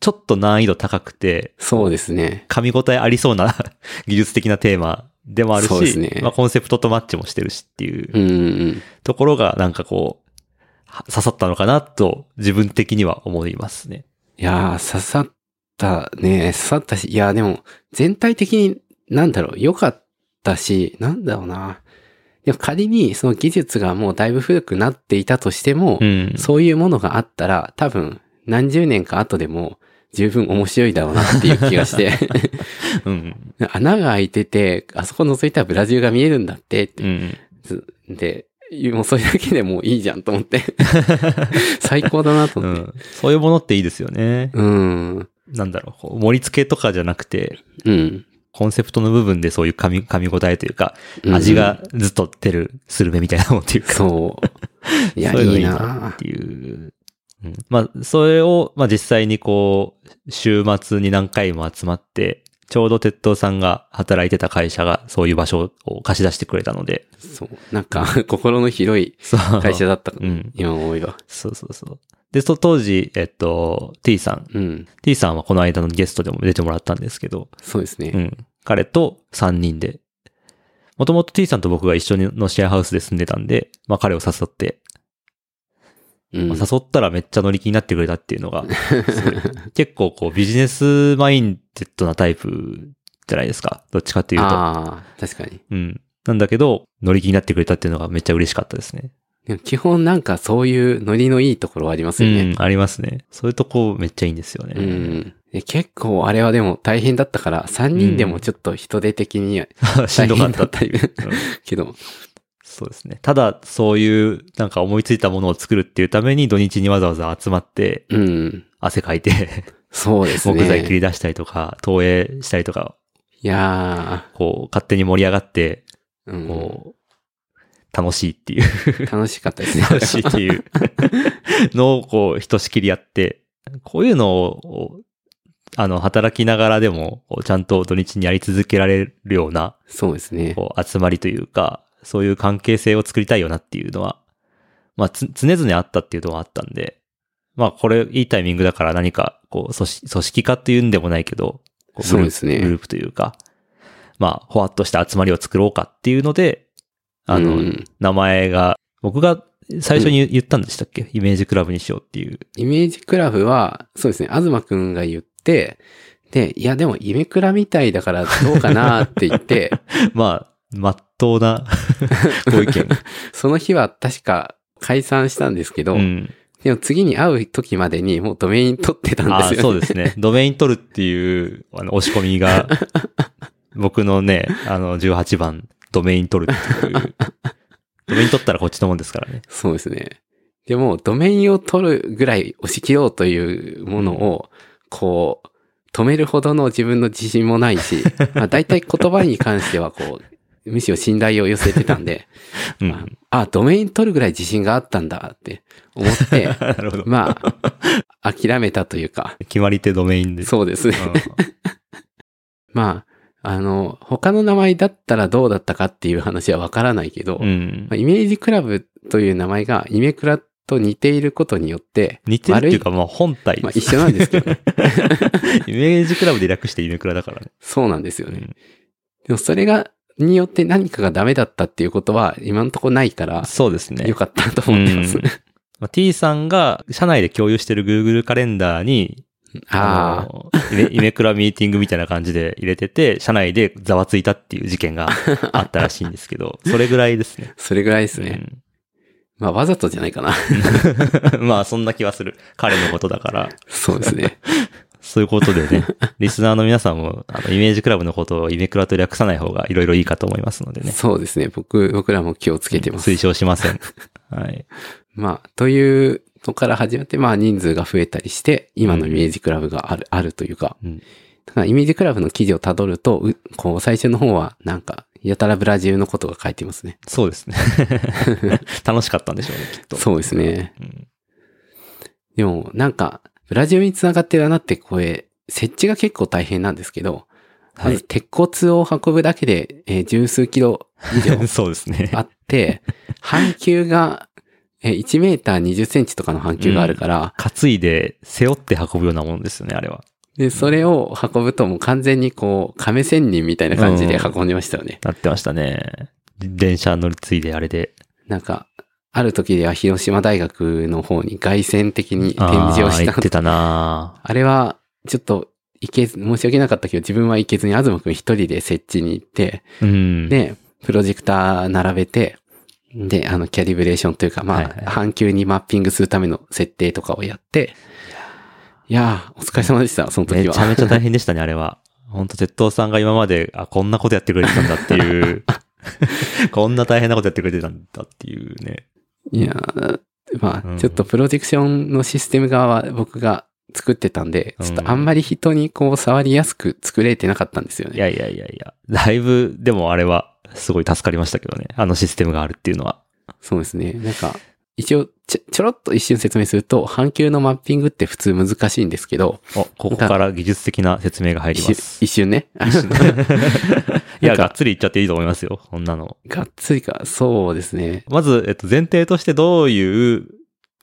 S1: ちょっと難易度高くて、
S2: そうですね。
S1: 噛み応えありそうな 技術的なテーマでもある
S2: そうで
S1: し、
S2: すね
S1: まあコンセプトとマッチもしてるしっていう
S2: うんうん。
S1: ところがなんかこう、は刺さったのかなと自分的には思いますね。
S2: いやー、刺さったね。刺さったし、いやーでも、全体的に、なんだろう、良かったし、なんだろうな。でも仮に、その技術がもうだいぶ古くなっていたとしても、
S1: うん。
S2: そういうものがあったら、多分、何十年か後でも、十分面白いだろうなっていう気 がして。
S1: うん。
S2: 穴が開いてて、あそこ覗いたらブラジルが見えるんだって、って
S1: うん。
S2: で、もうそれだけでもういいじゃんと 思って。最高だなと
S1: う
S2: 思って。
S1: ん。そういうものっていいですよね。
S2: うん。
S1: なんだろう、こう盛り付けとかじゃなくて、
S2: うん。
S1: コンセプトの部分でそういう噛み、噛み応えというか、
S2: うん
S1: 味がずっと出る、スルメみたいなもんっていうか、
S2: そう。い や、
S1: そううの
S2: いい
S1: っ
S2: な
S1: ていう。うんまあ、それを、まあ実際にこう、週末に何回も集まって、ちょうど鉄道さんが働いてた会社がそういう場所を貸し出してくれたので、
S2: そう。なんか、 心の広い
S1: そう
S2: 会社だった。
S1: うん。
S2: 今思えば。
S1: そうそうそう。で、そ当時、えっと、T さん。
S2: うん。
S1: T さんはこの間のゲストでも出てもらったんですけど、
S2: そうです
S1: う
S2: ね。
S1: ん。彼と3人で。もともと T さんと僕が一緒のシェアハウスで住んでたんで、まあ彼を誘って、
S2: うん。
S1: まあ誘ったらめっちゃ乗り気になってくれたっていうの が、すごい結構こうビジネスマインデッドなタイプじゃないですか。どっちかっていうと。
S2: ああ、確かに。
S1: うん。なんだけど、乗り気になってくれたっていうのがめっちゃ嬉しかったですね。
S2: でも基本なんかそういうノリのいいところはあります
S1: う
S2: よね
S1: ん。、ありますね。そういうとこめっちゃいいんですよね。
S2: うん。で結構あれはでも大変だったから、3人でもちょっと人手的に
S1: しん
S2: 大
S1: どか
S2: 変
S1: っ
S2: だ
S1: た
S2: っ。たり
S1: うん
S2: けど、
S1: そうですね。ただ、そういう、なんか思いついたものを作るっていうために土日にわざわざ集まって、
S2: うん。
S1: 汗かいて、
S2: そうですね。
S1: 木材切り出したりとか、投影したりとか、
S2: いや
S1: こう、勝手に盛り上がって、
S2: ー、うん、
S1: こう、楽しいっていう、
S2: 楽しかったですね。
S1: 楽しいっていうのを、こう、ひとしきりやって、こういうのを、あの、働きながらでも、こうちゃんと土日にやり続けられるような、
S2: そうですね。
S1: こう、集まりというか、そういう関係性を作りたいよなっていうのは、まあ、つ常々あったっていうのはあったんで、まあ、これ、いいタイミングだから何か、こう、組織、組織化っていうんでもないけど、こグループ
S2: そうですね
S1: グループというか、まあ、ほわっとした集まりを作ろうかっていうので、あの、
S2: うん
S1: 名前が、僕が最初に言ったんでしたっけ、イメージクラブにしようっていう。
S2: イメージクラブは、そうですね、東くんが言って、で、いやでもイメクラみたいだからどうかなって言って、
S1: まあ、まっとう なご意見。
S2: その日は確か解散したんですけど、
S1: うん。
S2: でも次に会う時までにもうドメイン取ってたん
S1: あ
S2: ですよ、
S1: あ、そうですね。ドメイン取るっていう、あの、押し込み が、僕のね、あの、18番、ドメイン取るっていう。ドメイン取ったらこっちのもんですからね。
S2: そうですね。でも、ドメインを取るぐらい押し切ろうというものを、こう、止めるほどの自分の自信もないし、まあ、大体言葉に関しては、こう、むしろ信頼を寄せてたんで、
S1: う
S2: あ
S1: ん。
S2: あ、ドメイン取るぐらい自信があったんだって思って、
S1: なるほど。
S2: まあ、諦めたというか、
S1: 決まり手ドメインで。
S2: そうですね。
S1: う
S2: まあ、あの、他の名前だったらどうだったかっていう話はわからないけど、
S1: ん。うん
S2: まあイメージクラブという名前がイメクラと似ていることによって、
S1: 似てるっていうか、まあ本体
S2: まあ
S1: です
S2: 一緒なんですけどね。
S1: イメージクラブで略してイメクラだからね。
S2: そうなんですよ
S1: う
S2: ね。
S1: ん
S2: でもそれが、によって何かがダメだったっていうことは今のところないから、
S1: そうですね。
S2: よかったと思ってます。
S1: うんまあ、T さんが社内で共有してる Google カレンダーに、
S2: あ
S1: のイメ イメクラミーティングみたいな感じで入れてて、社内でざわついたっていう事件 があったらしいんですけど、それぐらいですね。
S2: あ、それぐらいですね。まあわざとじゃないかな。
S1: うん まあ、そんな気はする。彼のことだから。
S2: そうですね。
S1: そういうことで ね、リスナーの皆さんも、あの、イメージクラブのことをイメクラと略さない方がいろいろいいかと思いますのでね。
S2: そうですね。僕、僕らも気をつけてます。
S1: 推奨しま せん。はい。
S2: まあ、というのから始まって、まあ人数が増えたりして、今のイメージクラブがある、あるというか、
S1: うん
S2: ただイメージクラブの記事をたどると、うこう最初の方はなんか、やたらブラジルのことが書いてますね。
S1: そうです ね。楽しかったんでしょうね、きっと。
S2: そうですね。
S1: うん
S2: でも、なんか、ブラジルに繋がってる穴ってこれ、設置が結構大変なんですけど、
S1: は
S2: まず鉄骨を運ぶだけで、えー十数キロ以上
S1: い。 そうですね。
S2: あ って、半球が、えー1メーター20センチとかの半球があるから、
S1: 担いで背負って運ぶようなもんですよね、あれは。
S2: で、それを運ぶともう完全にこう、亀仙人みたいな感じで運んでましたよね。
S1: なってましたね。電車乗り継いであれで。
S2: なんか、ある時では広島大学の方に凱旋的に展示をし
S1: あー
S2: た
S1: 行ってたな
S2: あれは、ちょっと、行けず、申し訳なかったけど、自分は行けずに、あずまくん一人で設置に行って、
S1: ーうん。
S2: で、プロジェクター並べて、で、あの、キャリブレーションというか、まあ、
S1: はいはい
S2: 半球にマッピングするための設定とかをやって、いやー、お疲れ様でした、その
S1: め
S2: 時
S1: ち
S2: は。
S1: ゃめちゃ大変でしたね、あれは。ほんと、鉄道さんが今まで、あ、こんなことやってくれてたんだって いう。こんな大変なことやってくれてたんだっていうね。
S2: いやー、ま
S1: うん
S2: あ、ちょっとプロジェクションのシステム側は僕が作ってたんで、ちょっとあんまり人にこう、触りやすく作れてなかったんですよ
S1: い
S2: ね。
S1: やいやいやいや。だいぶ、でもあれは、すごい助かりましたけどね。あのシステムがあるっていうのは。
S2: そうですね。なんか、一応ちょ、ちょろっと一瞬説明すると、半球のマッピングって普通難しいんですけど、
S1: お、ここから技術的な説明が入り
S2: 一
S1: ます
S2: 瞬、。一瞬ね。
S1: いや、
S2: なんか
S1: がっつり言っちゃっていいと思いますよ。こんなの。
S2: がっつりか、そうですね。
S1: まず、えっと、前提としてどういう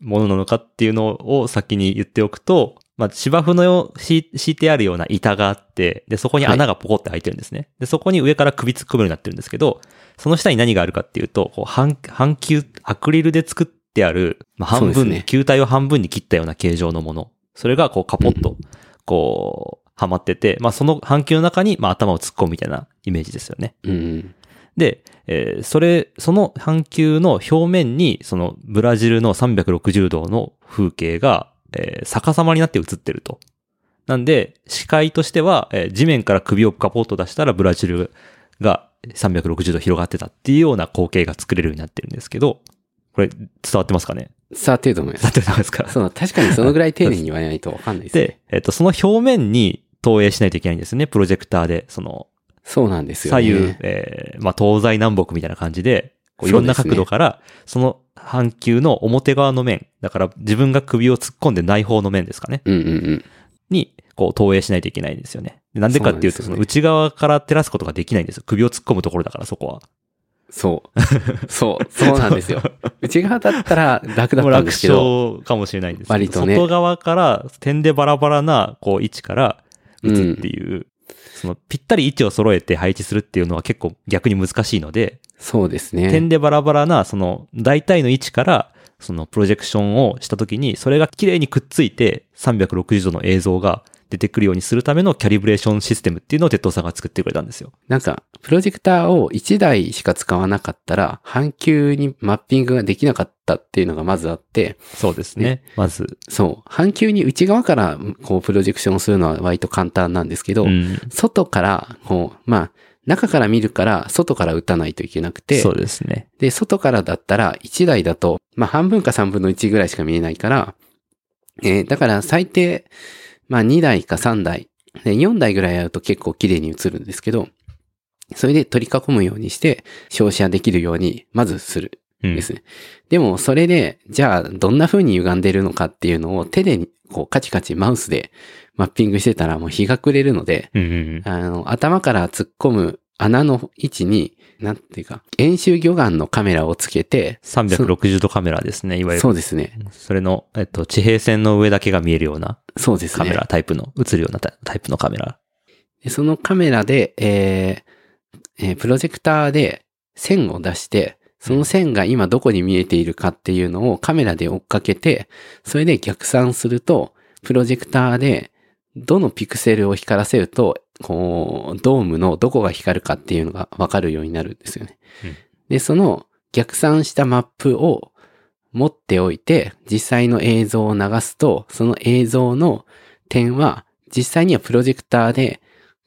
S1: ものなのかっていうのを先に言っておくと、まあ、芝生のよう敷敷いてあるような板があって、で、そこに穴がポコって開いてるんですね。で、そこに上から首突っ込むようになってるんですけど、その下に何があるかっていうと、こう、半、半球、アクリルで作ってある、まあ、半
S2: そう
S1: 分、
S2: ですね
S1: 球体を半分に切ったような形状のもの。それが、こう、カポッと、こう、はまってて、まあ、その半球の中に、まあ、頭を突っ込むみたいなイメージですよね。
S2: うん。
S1: で、えーそれ、その半球の表面に、そのブラジルの360度の風景が、えー逆さまになって映ってると。なんで、視界としては、えー地面から首をカポッと出したらブラジルが360度広がってたっていうような光景が作れるようになってるんですけど、これ伝わってますかね
S2: さあ、程度もや
S1: 伝わってますか
S2: そう、確かにそのぐらい丁寧に言わないとわかんないですね。
S1: で、えっ、と、その表面に投影しないといけないんですね。プロジェクターで、その、
S2: そうなんですよ
S1: 左
S2: ね。
S1: 右、えーまあ、東西南北みたいな感じで、こうい
S2: そ
S1: ろ
S2: うんで
S1: な
S2: すね
S1: 角度から、その半球の表側の面、だから自分が首を突っ込んでない方の面ですかね、
S2: うんうんうん。
S1: に、こう投影しないといけないんですよね。でなんでかっていうと、
S2: そ
S1: そう
S2: なんですよね
S1: の内側から照らすことができないんですよ。首を突っ込むところだから、そこは。
S2: そう。そう。そうな んですよ。内側だったら楽だ
S1: もう
S2: ったん
S1: 楽
S2: ですけど。
S1: 勝かもしれないんですけど、
S2: 割とね
S1: 外側から点でバラバラなこう位置から打つっていう、そのぴったり位置を揃えて配置するっていうのは結構逆に難しいので、
S2: そうですね。
S1: 点でバラバラなその大体の位置からそのプロジェクションをした時にそれが綺麗にくっついて360度の映像が出てくるようにするためのキャリブレーションシステムっていうのを鉄道さんが作ってくれたんですよ。
S2: なんか、プロジェクターを1台しか使わなかったら、半球にマッピングができなかったっていうのがまずあって、
S1: そうですね。まず。
S2: そう。半球に内側から、こう、プロジェクションをするのは割と簡単なんですけど、
S1: うん
S2: 外から、こう、まあ、中から見るから、外から打たないといけなくて
S1: そ、うですね。
S2: で、外からだったら、1台だと、まあ、半分か3分の1ぐらいしか見えないから、えーだから最低、まあ、2台か3台、で4台ぐらいやると結構綺麗に映るんですけど、それで取り囲むようにして、照射できるように、まずする。
S1: うん
S2: ですね。でも、それで、じゃあ、どんな風に歪んでるのかっていうのを手で、こう、カチカチマウスでマッピングしてたら、もう日が暮れるので、
S1: うんうん
S2: あの、頭から突っ込む穴の位置に、なんていうか、遠州魚眼のカメラをつけて、
S1: 360度カメラですね、いわゆ
S2: そ
S1: る。
S2: うですね。
S1: それの、えっと、地平線の上だけが見えるような
S2: そうですね。
S1: カメラタイプの、映るようなタタイプのカメラ。
S2: でそのカメラで、えーえープロジェクターで線を出して、その線が今どこに見えているかっていうのをカメラで追っかけて、それで逆算すると、プロジェクターでどのピクセルを光らせると、こう、ドームのどこが光るかっていうのがわかるようになるんですよね。
S1: うん
S2: で、その逆算したマップを持っておいて、実際の映像を流すと、その映像の点は、実際にはプロジェクターで、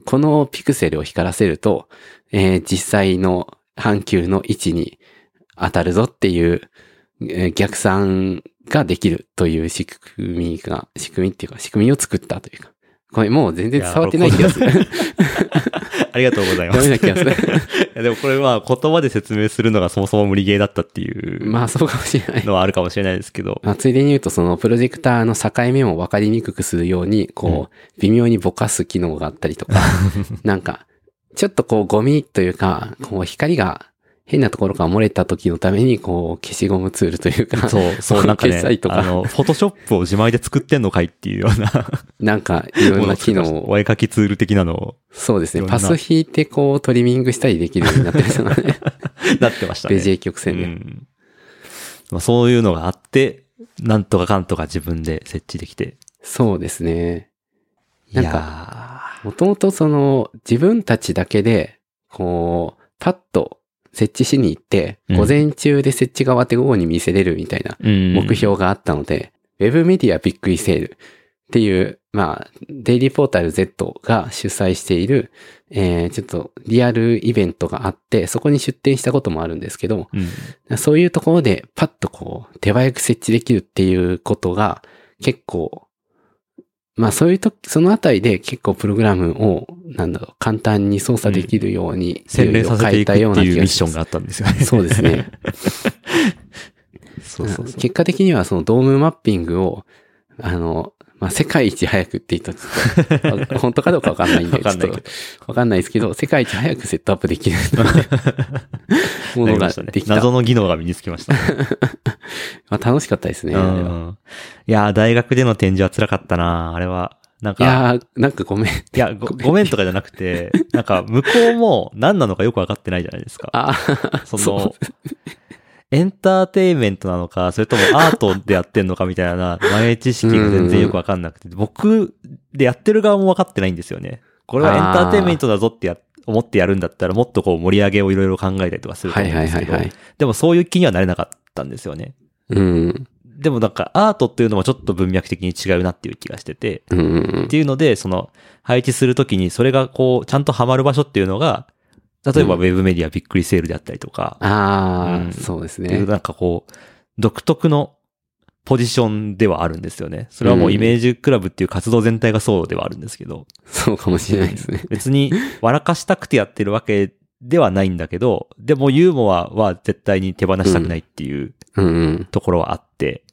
S2: このピクセルを光らせると、えー実際の半球の位置に当たるぞっていう、えー逆算ができるという仕組みが、仕組みっていうか、仕組みを作ったというか。これもう全然伝わってない気がする。
S1: ありがとうござい
S2: ダメな気がする。
S1: いやでもこれは言葉で説明するのがそもそも無理ゲーだったっていう
S2: まあそうかもしれない。
S1: のはあるかもしれないですけ ど。
S2: まあ、ついでに言うと、そのプロジェクターの境目も分かりにくくするように、こう、微妙にぼかす機能があった りとか、なんか、ちょっとこう、ゴミというか、こう、光が変なところから漏れた時のために、こう、消しゴムツールというか、
S1: そう、そう、なんかね
S2: 決済、とか
S1: あの、フォトショップを自前で作ってんのかいっていうような、
S2: なんか、いろんな機
S1: ものを作り
S2: 能
S1: ました
S2: を、
S1: お絵かきツール的なのを、
S2: そうです
S1: いろ
S2: ね、
S1: んな
S2: パス引いて、こう、トリミングしたりできるようになってました ね。
S1: なってましたね。
S2: ベジェ曲線
S1: う
S2: で。
S1: んまあ、そういうのがあって、なんとかかんとか自分で設置できて。
S2: そうですね。
S1: いや
S2: なんもともとその自分たちだけで、こう、パッと設置しに行って、
S1: うん
S2: 午前中で設置が終わって午後に見せれるみたいな
S1: ーうん
S2: 目標があったので、ウェブメディアびっくりセールっていう、まあ、デイリーポータル Z が主催している、えー、ちょっとリアルイベントがあって、そこに出展したこともあるんですけど、
S1: うん
S2: そういうところでパッとこう、手早く設置できるっていうことが結構、まあそういうとき、そのあたりで結構プログラムを、なんだろう、簡単に操作できるように、
S1: 洗練させていくっていうミッション
S2: が。
S1: があったんですよね。
S2: そうですね。
S1: そうそうそう。
S2: 結果的にはそのドームマッピングを、あの、まあ、世界一早くって言ったらち ょっと、本当かどうかわかんないんで、
S1: わ
S2: ち
S1: かんない
S2: ょっ
S1: けど
S2: と、わかんないですけど、世界一早くセットアップできる も
S1: な
S2: の
S1: り
S2: が
S1: ましたね
S2: できた。
S1: 謎の技能が身につきましたね。
S2: まあ、楽しかったですね。
S1: う
S2: あれは
S1: んいやー、大学での展示は辛かったなあれは。なん
S2: い
S1: か、
S2: やー、なんかごめ
S1: い
S2: ん。
S1: やご、ごめんとかじゃなくて、なんか、向こうも何なのかよくわかってないじゃないですか。
S2: あ
S1: その
S2: そ、
S1: エンターテインメントなのか、それともアートでやってんのかみたいな、前知識が全然よくわかんなくて、僕でやってる側もわかってないんですよね。これはエンターテインメントだぞってや思ってやるんだったら、もっとこう盛り上げをいろいろ考えたりとかすると
S2: はい
S1: 思うん
S2: は
S1: で
S2: い
S1: す
S2: は
S1: け
S2: い
S1: ど、
S2: はい。
S1: でもそういう気にはなれなかったんですよね。
S2: うん。
S1: でもなんかアートっていうのもちょっと文脈的に違うなっていう気がしてて、
S2: うんうん
S1: っていうので、その、配置するときに、それがこう、ちゃんとハマる場所っていうのが、例えばウ
S2: う
S1: ェブメディアびっくりセールであったりとか、
S2: ああ、
S1: うん
S2: そうです
S1: ってい
S2: ね
S1: う。なんかこう、独特のポジションではあるんですよね。それはもうイメージクラブっていう活動全体がそうではあるんですけど、
S2: そうかもしれないですね。
S1: 別に笑かしたくてやってるわけではないんだけど、でもユーモアは絶対に手放したくないっていう
S2: うんうん。
S1: ところはあって、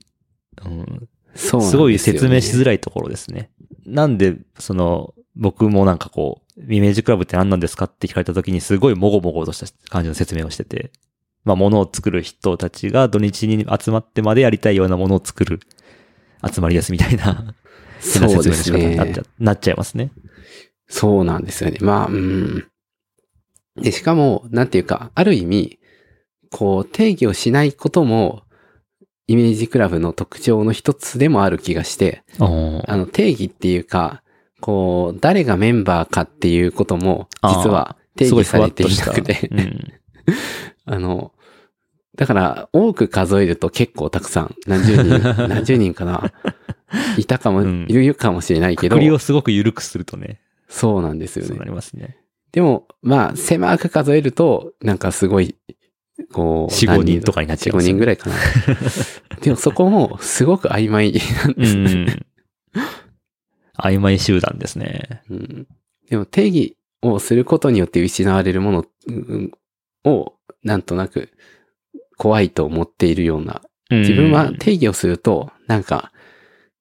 S1: うん、
S2: そうなんですよね
S1: すごい説明しづらいところですね。なんで、その、僕もなんかこう、イメージクラブって何なんですかって聞かれた時にすごいもごもごとした感じの説明をしてて、まあ、ものを作る人たちが土日に集まってまでやりたいようなものを作る集まりですみたいな、変な
S2: そう
S1: 説
S2: で
S1: 明の仕
S2: す
S1: 方になっち
S2: ね
S1: ゃ。なっちゃいますね。
S2: そうなんですよね。まあ、うん。で、しかも、なんていうか、ある意味、こう、定義をしないことも、イメージクラブの特徴の一つでもある気がして、
S1: おー
S2: あの、定義っていうか、こう、誰がメンバーかっていうことも、実は定
S1: すごい
S2: 義
S1: ふ
S2: さ
S1: わ
S2: れ
S1: ってと
S2: い
S1: し
S2: な
S1: た。
S2: くて
S1: う、ん。
S2: あの、だから、多く数えると結構たくさん、何十人、 何十人かな、いたかも、
S1: うん
S2: いるかもしれない けど
S1: く、りをすごく緩くするとね、
S2: そうなんですよ
S1: そ
S2: ね
S1: うな。りますね。
S2: でも、まあ、狭く数えると、なんかすごい、こう、
S1: 4 5人とかになっちゃい
S2: 4、
S1: ますよ
S2: 5人
S1: ね
S2: ぐら いかな。でもそこも、すごく曖昧なん
S1: う
S2: です、
S1: ん。曖昧集団ですね。
S2: うんでも定義をすることによって失われるものうんを、なんとなく、怖いと思っているような。自分は定義をすると、なんか、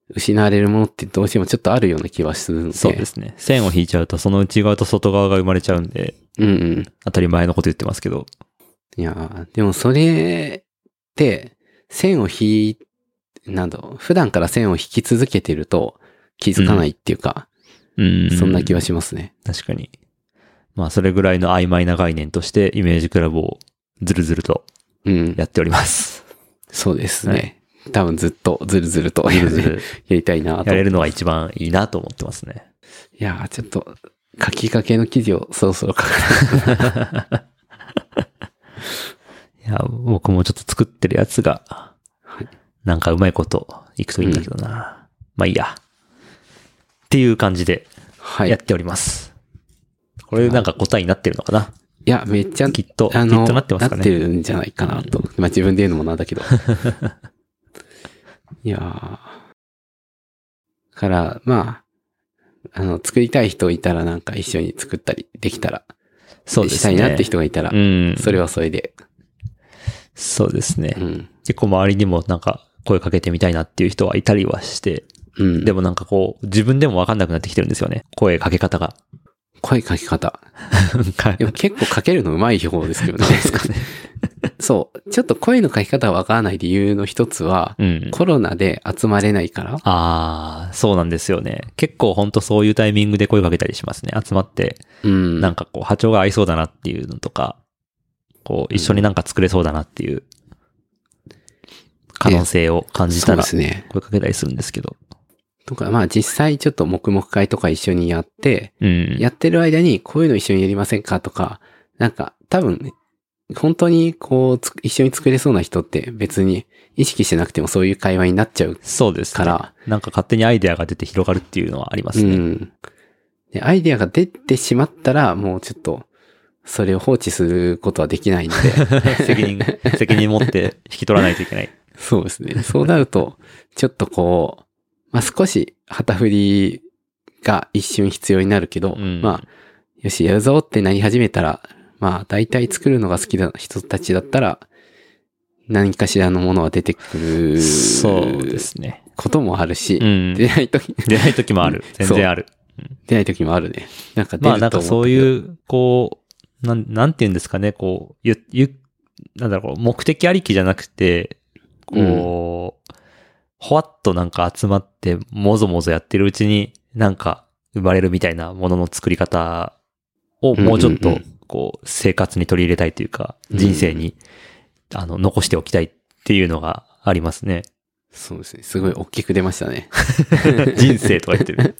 S2: 失われるものってどうしてもちょっとあるような気はするので。
S1: そうですね。線を引いちゃうと、その内側と外側が生まれちゃうんで、
S2: うんうん。
S1: 当たり前のこと言ってますけど。
S2: いやーでもそれって、線を引い、なんだろう普段から線を引き続けてると気づかないっていうか、
S1: うん。
S2: そんな気はしますね。
S1: 確かに。まあ、それぐらいの曖昧な概念として、イメージクラブをずるずると
S2: うん。
S1: やっております。
S2: そうですね。多分ずっとずるずるとや
S1: ずるずる。
S2: りたいな と。
S1: やれ
S2: い
S1: るのが一番いいなと思ってますね。
S2: やーちょっと書きかけの記事をそろそろ書か
S1: いや、僕もちょっと作ってるやつが、
S2: はい
S1: なんかうまいこといくといいんだけどな。まあいいや。っていう感じで
S2: ない。は
S1: やっ
S2: い。
S1: ております。これなんか答えになってるのかない
S2: や、めっちゃ、
S1: きっと、き
S2: あ
S1: っ
S2: の、
S1: となってますかね。
S2: るんじゃないかなと。まあ自分で言うのもなんだけど。 いやーから、まあ、あの、作りたい人いたらなんか一緒に作ったりできたら、
S1: そうですね。
S2: したいなって人がいたら、
S1: うん。
S2: それはそれで。
S1: そうですね
S2: う。ん。
S1: 結構周りにもなんか声かけてみたいなっていう人はいたりはして、
S2: うん。
S1: で
S2: も、
S1: もなんかこう、自分でもわかんなくなってきてるんですよね。声かけ方が。
S2: 声かけ方。
S1: はい
S2: でも結構かけるの上手い方で すけどね。そう。ちょっと声のかけ方わからない理由の一つは、
S1: うん。
S2: コロナで集まれないから。
S1: ああ、そうなんですよね。結構ほんとそういうタイミングで声かけたりしますね。集まって、
S2: うん。
S1: なんかこう、波長が合いそうだなっていうのとか、こう、一緒になんか作れそうだなっていう、可能性を感じ
S2: そ
S1: た
S2: うで
S1: ら、
S2: す
S1: 声
S2: ね。
S1: かけたりするんですけど。
S2: とか、まあ実際ちょっと黙々会とか一緒にやって、
S1: うん。
S2: やってる間にこういうの一緒にやりませんかとか、なんか多分、本当にこうつ、一緒に作れそうな人って別に意識してなくてもそういう会話になっちゃう
S1: そうです、ね。
S2: から、
S1: なんか勝手にアイデアが出て広がるっていうのはあります
S2: う
S1: ね。
S2: ん。で、アイデアが出てしまったら、もうちょっと、それを放置することはできないので、
S1: 責 任、責任持って引き取らないといけない。
S2: そうですね。そうなると、ちょっとこう、まあ、少し旗振りが一瞬必要になるけど、
S1: うん
S2: まあ、よし、やるぞってなり始めたら、まあ、大体作るのが好きな人たちだったら、何かしらのものは出てく る
S1: そうですね。
S2: こともあるし、
S1: うん。
S2: 出
S1: 出
S2: ないとき、
S1: ない時もあ る。全然ある。
S2: 出ないときもあるね。なんか出ると
S1: ま
S2: 思
S1: あなんかそう
S2: う。
S1: いう、こう、なん、なんて言うんですかね、こう、ゆ、ゆ、なんだろう、目的ありきじゃなくて、こう、ほわっとなんか集まって、もぞもぞやってるうちに、なんか生まれるみたいなものの作り方をもうちょっ
S2: うんう
S1: と
S2: んうん、
S1: こう、生活に取り入れたいというか、
S2: うん
S1: 人生に、あの、残しておきたいっていうのがあります ね。
S2: そうですね。すごい大きく出ました ね。
S1: 人生とか言ってる。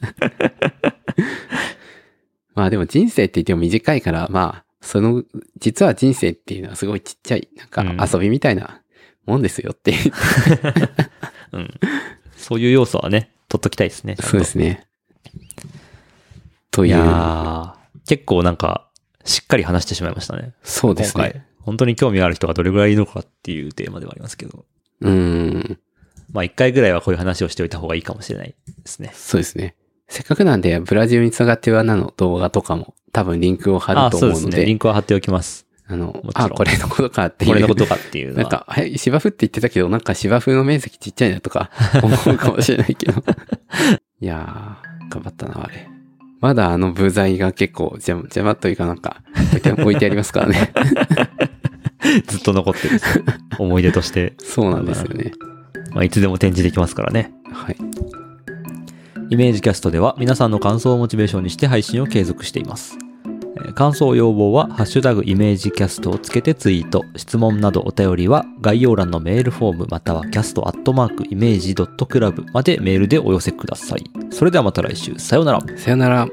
S2: まあでも人生って言っても短いから、まあ、その、実は人生っていうのはすごいちっちゃい、なんか
S1: うん
S2: 遊びみたいなもんですよって。
S1: うん。そういう要素はね、取っときたいですね。ちゃんと
S2: そうですね。と
S1: い
S2: いう、
S1: やー結構なんか、しっかり話してしまいましたね。
S2: そうで
S1: 今
S2: すね。
S1: 回。本当に興味がある人がどれぐらいいるのかっていうテーマではありますけど。
S2: うん、
S1: まあ一回ぐらいはこういう話をしておいた方がいいかもしれないですね。
S2: そうですね。せっかくなんで、ブラジルにつながってはなの動画とかも多分リンクを貼ると
S1: そうで
S2: 思う
S1: す
S2: の
S1: ね。
S2: で、
S1: リンクは貼っておきます。
S2: あの
S1: も、ちろん
S2: あ、これのことかっていう。
S1: これのことかっていうの
S2: なん
S1: は。
S2: か、はい、芝生って言ってたけど、なんか芝生の面積ちっちゃ いなとか思うかもしれないけど。いやー、頑張ったな、あれ。まだあの部材が結構邪魔邪魔というかなんか、置いてありますか らね。
S1: ずっと残ってるんですよ。思い出として。
S2: そうなんですよね。
S1: まあ、いつでも展示できますからね。
S2: はい。
S1: イメージキャストでは皆さんの感想をモチベーションにして配信を継続しています。えー感想要望は、ハッシュタグイメージキャストをつけてツイート、質問などお便りは概要欄のメールフォームまたはキャストアットマークイメージ .club までメールでお寄せください。それではまた来週。さようなら。
S2: さよなら。